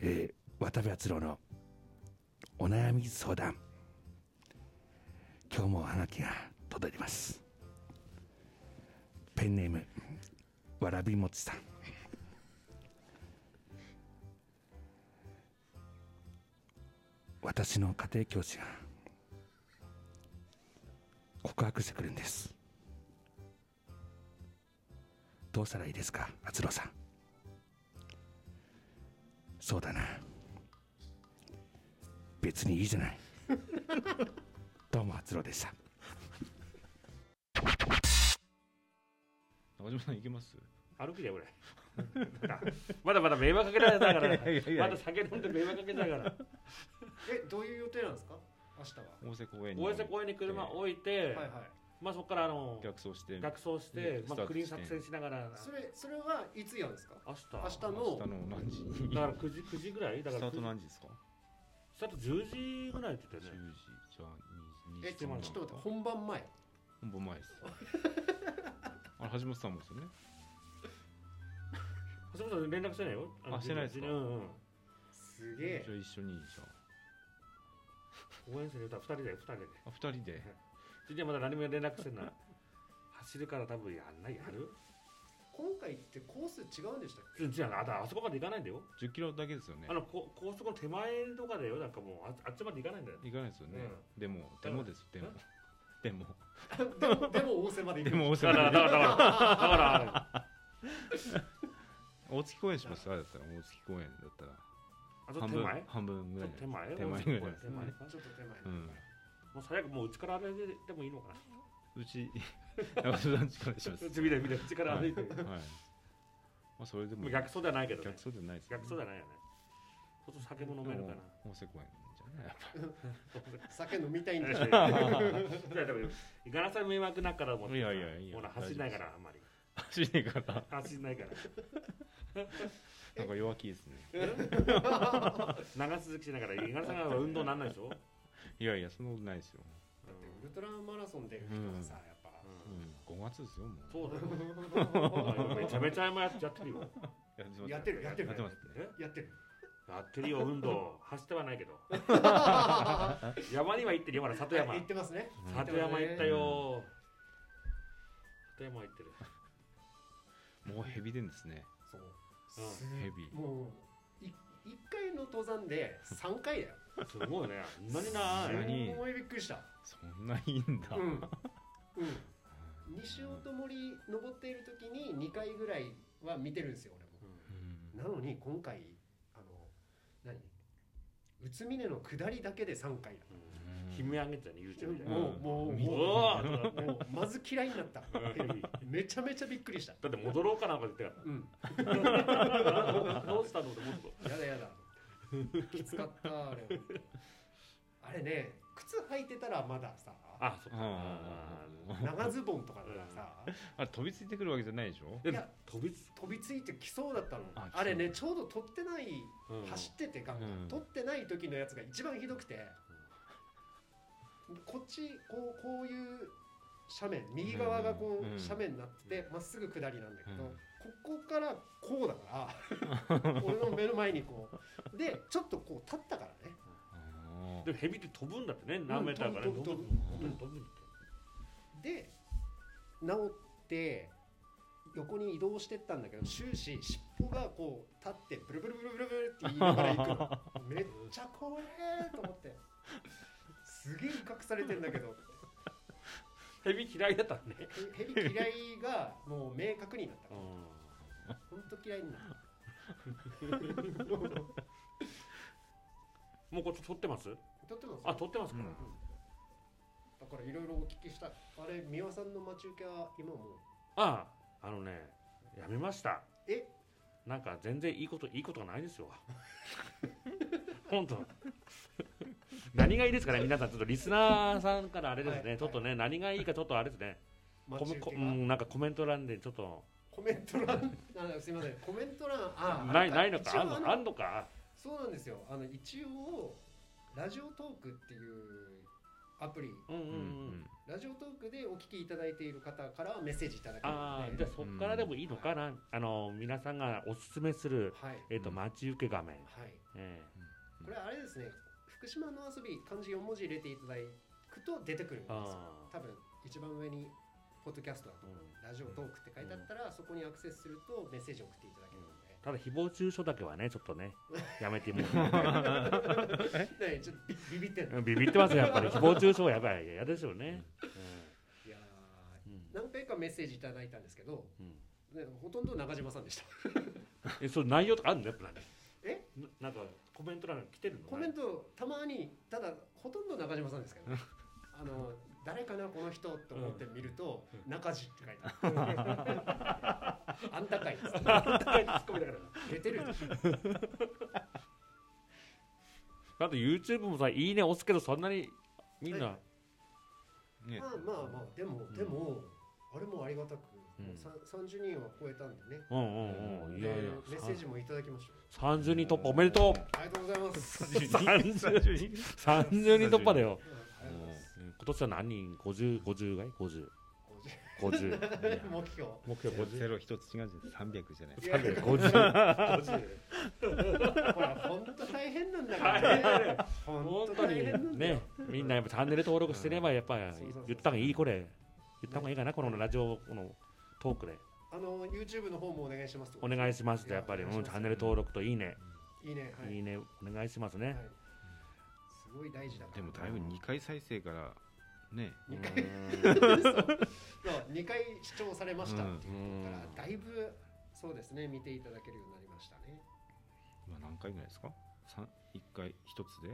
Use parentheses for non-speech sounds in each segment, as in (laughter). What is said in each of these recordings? えー渡部篤郎のお悩み相談今日もおはがきが届いてますペンネームわらびもちさん私の家庭教師が告白してくるんですどうしたらいいですか篤郎さんそうだな別にいいじゃないどうも篤郎でした中島さんいけます歩くじゃん俺 (laughs) まだまだ迷惑かけられたからいやいやいやまだ酒飲んで迷惑かけた (laughs) からえどういう予定なんですか明日は大瀬公園に大江瀬公園に車置いて、はいはいまあそこからあの逆走して逆走して、ねまスタート地点あ、クリーン作戦しながらそれそれはいつやるんですか明日明日の明日の何時にだから9時 ,9 時ぐらいだスかタらート9何時ですかスタート10時ぐらいって言っ10時てたよねじゃあ2時え2ち時ょっと待って本番前本番 (laughs) 前ですあれ橋本さんもですよね橋本さん連絡してないよのあしてないですかうんうんすげえじゃあ一緒にじゃ応援生の歌2人だよ2人でああ2人でジュニアまだ何も連絡し (laughs) てない走るから多分やんないやる今回ってコース違うんでしたっけ (laughs) ジュニアあだあそこまで行かないんだよ1 0キロだけですよねあのこ高速の手前とかだよなんかもうああっちまで行かないんだよ行かないですよね、でもでもですでもでもでもでも大瀬まで行でくも大だから阪だからだからだから大月公園しますあれだったら大月公園だったらあと半手分前半分ぐちらょっいと手前手前ぐらいじゃないです手か前かちょっと手前、うんもう最悪もううちから歩いてもいいのかなうち (laughs) 中島さん力しますちょっと見て見てうちから歩いてもはい、はいまあそれでもう逆走ではないけどね逆走じゃないですよ逆ね走じゃないよねちょっと酒も飲めるかな大瀬公園じゃないやっぱ酒飲みたいんでしょいやでも行かなさい迷惑だから思っていやいやいやほら走んないからあんまり走りから走んないからなんか弱気ですね長続きしながら五十嵐さんが運動なんないでしょ、いやいやそんなことないですよ、ウルトラマラソン出る人がさ、やっぱ、うん、5月ですよもうそうだよめちゃめちゃ今やっちゃってるよやってますやってるやってるやってますねえやってるやってるよ運動走ってはないけ (laughs) ど山には行ってるよほら里山行ってますね里山行ったよ里山行ってるもうヘビでんですねそううんすヘビもうい一回の登山で三回だよすごいね何なすいごいすごいびっくりしたそんないいんだ、うん、 (laughs) うん、西尾と森登っている時に2回ぐらいは見てるんですよ俺も、うんなのに今回あの何宇都宮の下りだけで3回だ、悲鳴上げてたね YouTube で、んもうもうおもおーうもうまず嫌いになっためちゃめちゃびっくりしただって戻ろうかなんか言ってたかうん (laughs) らどうしたのって思ってやだやだきつかったあれあれね靴履いてたらまださたあそっかあー長ズボンとかだからさ、あれ飛びついてくるわけじゃないでしょでいや飛びつ飛びついてきそうだったのああれねちょうど取ってない、うん走っててガンガン、うん取ってない時のやつが一番ひどくて、こっちこうこういう斜面右側がこう、うん斜面になっててまっすぐ下りなんだけど、うんここからこうだか (laughs) ら俺の目の前にこうでちょっとこう立ったからねあでもヘビって飛ぶんだってね何メーターかねうん飛ぶ飛ぶ本当に飛ぶんだってで治って横に移動してったんだけど終始尻尾がこう立ってブルブルブルブルブルって言いながら (laughs) 行くのめっちゃ怖えと思ってすげえ威嚇されてんだけどヘビ嫌いだったねへヘビ嫌いがもう明確になった本当嫌いにな (laughs) ったもうこっち取ってますとってもあ取ってますか、うんだからいろいろお聞きしたあれ美輪さんの待ち受けは今もうあああのねやめましたえなんか全然いいこといいことがないですよ (laughs) 本当何がいいですかね皆さんちょっとリスナーさんからあれですね、はいはいちょっとね何がいいかちょっとあれですね待ちコ受メけコうがんなんかコメント欄でちょっとコメント欄あすいませんコメント欄ああないないの一応かあんあのあんのかそうなんですよあの一応ラジオトークっていうアプリうんうんーう、うんんラジオトークでお聞きいただいている方からはメッセージいただけるああのじでゃあそこからでもいいのかな、あの皆さんがおすすめする、はいえっとうん待ち受け画面、はいえこれあれですね福島の遊び漢字4文字入れていただくと出てくるんえですよあ多分一番上にポッドキャストだと思う、うラジオトークって書いてあったら、そこにアクセスするとメッセージ送っていただけるのでーただ誹謗中傷だけはねちょっとねやめても (laughs) ねちょっとビビビってんのうんビビってますよやっぱり誹謗中傷はやばいやですよね、いやうんー何回かメッセージいただいたんですけど、うんね、ほとんど中島さんでしたえそれ内容とかあるのやっぱ何えななんかコメント欄に来てるのコメントたまにただほとんど中島さんですけどねあの誰かなこの人と思って見ると「中地」って書いてあるあんたかいっつって高いツッコミだから出てるでしょあと YouTube もさ「いいね」押すけどそんなにみんな、はいねまあまあまあでも、んでもあれもありがたく、うんもうさ30人は超えたんでねうんうんうんいでやいやメッセージもいただきましたよ30人突破おめで (laughs) とうありがとうございます30人30 30人突破だよ (laughs) ありがとうござい今年は何人 ?50、50がい ?50、ま (laughs) 50。す50目標目標50。ゼロ一つ違うじゃん300じゃないいや300 50これ本当大変なんだからね本本当当大変なんだよにねみんなやっぱチャンネル登録してればやっぱそうそうそう言った方がいいこれ言った方がいいかなこのラジオこのトークであの YouTube の方もお願いしますとお願いしますとやっぱりいうんやチお願いしますャンネル登録といいねいいねはいいいねお願いしますねはいすごい大事だからでもだいぶ2回再生からね二う回ーん2回視聴されましたっていうところうんからだいぶそうですね見ていただけるようになりましたね今何回ぐらいですか1回1つで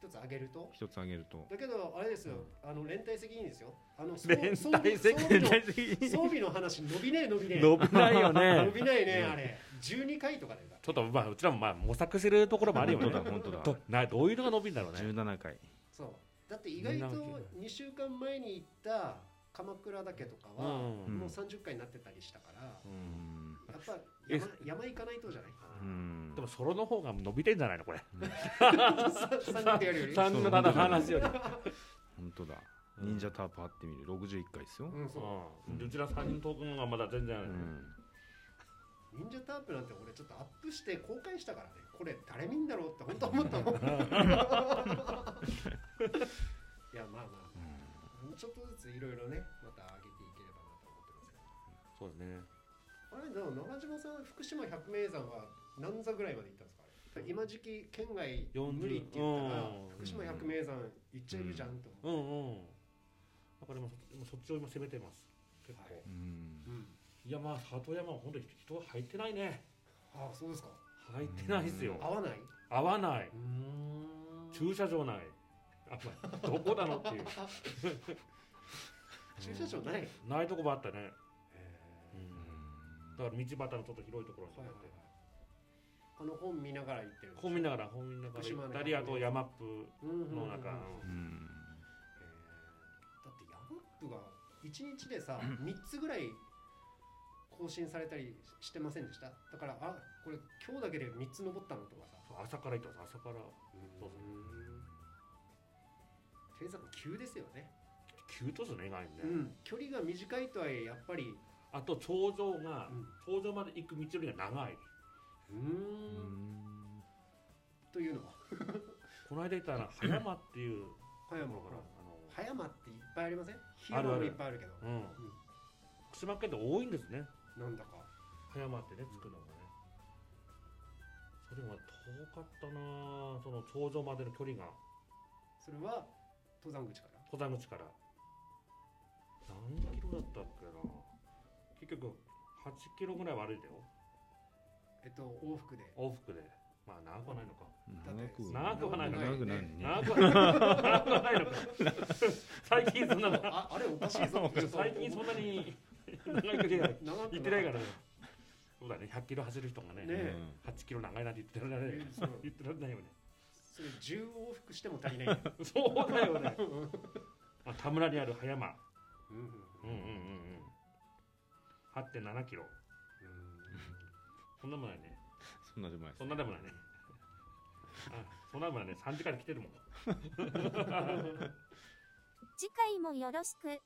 一つ上げると1つあげるとだけどあれですよ、あの連帯責任ですよあのそう連帯責装備の任 (laughs) 装備の話伸びねえ伸びねえ伸びないよ伸ねびないねあれ12回とかでだちょっとまあうちらもまあ模索してるところもあるよ本ね当だ本当だどなどういうのが伸びんだろうね17回そうだって意外とみんなわけ2週間前に行った鎌倉だけとかは、うんもう30回になってたりしたから、ううんんやっぱえ山山行かないとじゃないかうんでもソロの方が伸びてんじゃないのこれなさ3人でやるより3の7話より本当だうん忍者タープ貼ってみる61回ですようんそううん、うちら3人トークの方がまだ全然、うん忍者タープなんて俺ちょっとアップして公開したからねこれ誰見んだろうって本当思っ (laughs) たもんいやまあまあちょっとずついろいろねまた上げていければなと思ってますけそうだねどあれでも中島さん福島百名山は何座ぐらいまで行ったんですかあれ今時期県外40無理って言ったらうん福島百名山行っちゃいるじゃんとう思って、んうんだから今そ今そっちを今攻めてます結構、はいうんうんい、やまあ里山は本当に人が入ってないねああそうですか入ってないですよ合わない合わないうーん駐車場ないあまあどこだのっていう駐車場ない、ないとこばあったね、えうんだから道端のちょっと広いところにー入はいっはてい、あの本見ながら行ってるんですこう見ながらこう見ながら福島行のったりあと山っぷうんうんうんうんの中、うんえーだってヤマップが1日 (laughs) でさ3つぐらい更新されたりしてませんでしただからあこれ今日だけで3つ登ったのとかさそう朝から行ったんです朝からそうそう低山急ですよね、急とすね意外にね、うん、距離が短いとはいえやっぱりあと頂上が、うん頂上まで行く道よりが長いうんというのはこの間言ったら葉山っていう葉と山こほろからら葉山っていっぱいありませんあるある広いいっぱいあるけどあの、うん福島県で多いんですねなんだか葉山ってねつくのがねそれも遠かったなぁその頂上までの距離がそれは登山口から登山口から何キロだったっけな結局8キロぐらいは歩いたよえっと往 (laughs) 復で往復でまあ長くはないのか長く長くはないの長くないね長くはない長くはないのか最近そんなああれおかしいぞ最近そんなに長い距離が長く行ってないからねそうだね100キロ走る人がねねえう8キロ長いなんて言ってられないうんそう言ってられ (laughs) ないよねそれ10往復しても (laughs) 足りないんだよそうだよねあ田村にある葉山うんううんんうんうんうん8.7キロそんなもんないねそんなでもないそんなでもない (laughs) ねあそんなでもないね3時間で来てるもん次回もよろしく。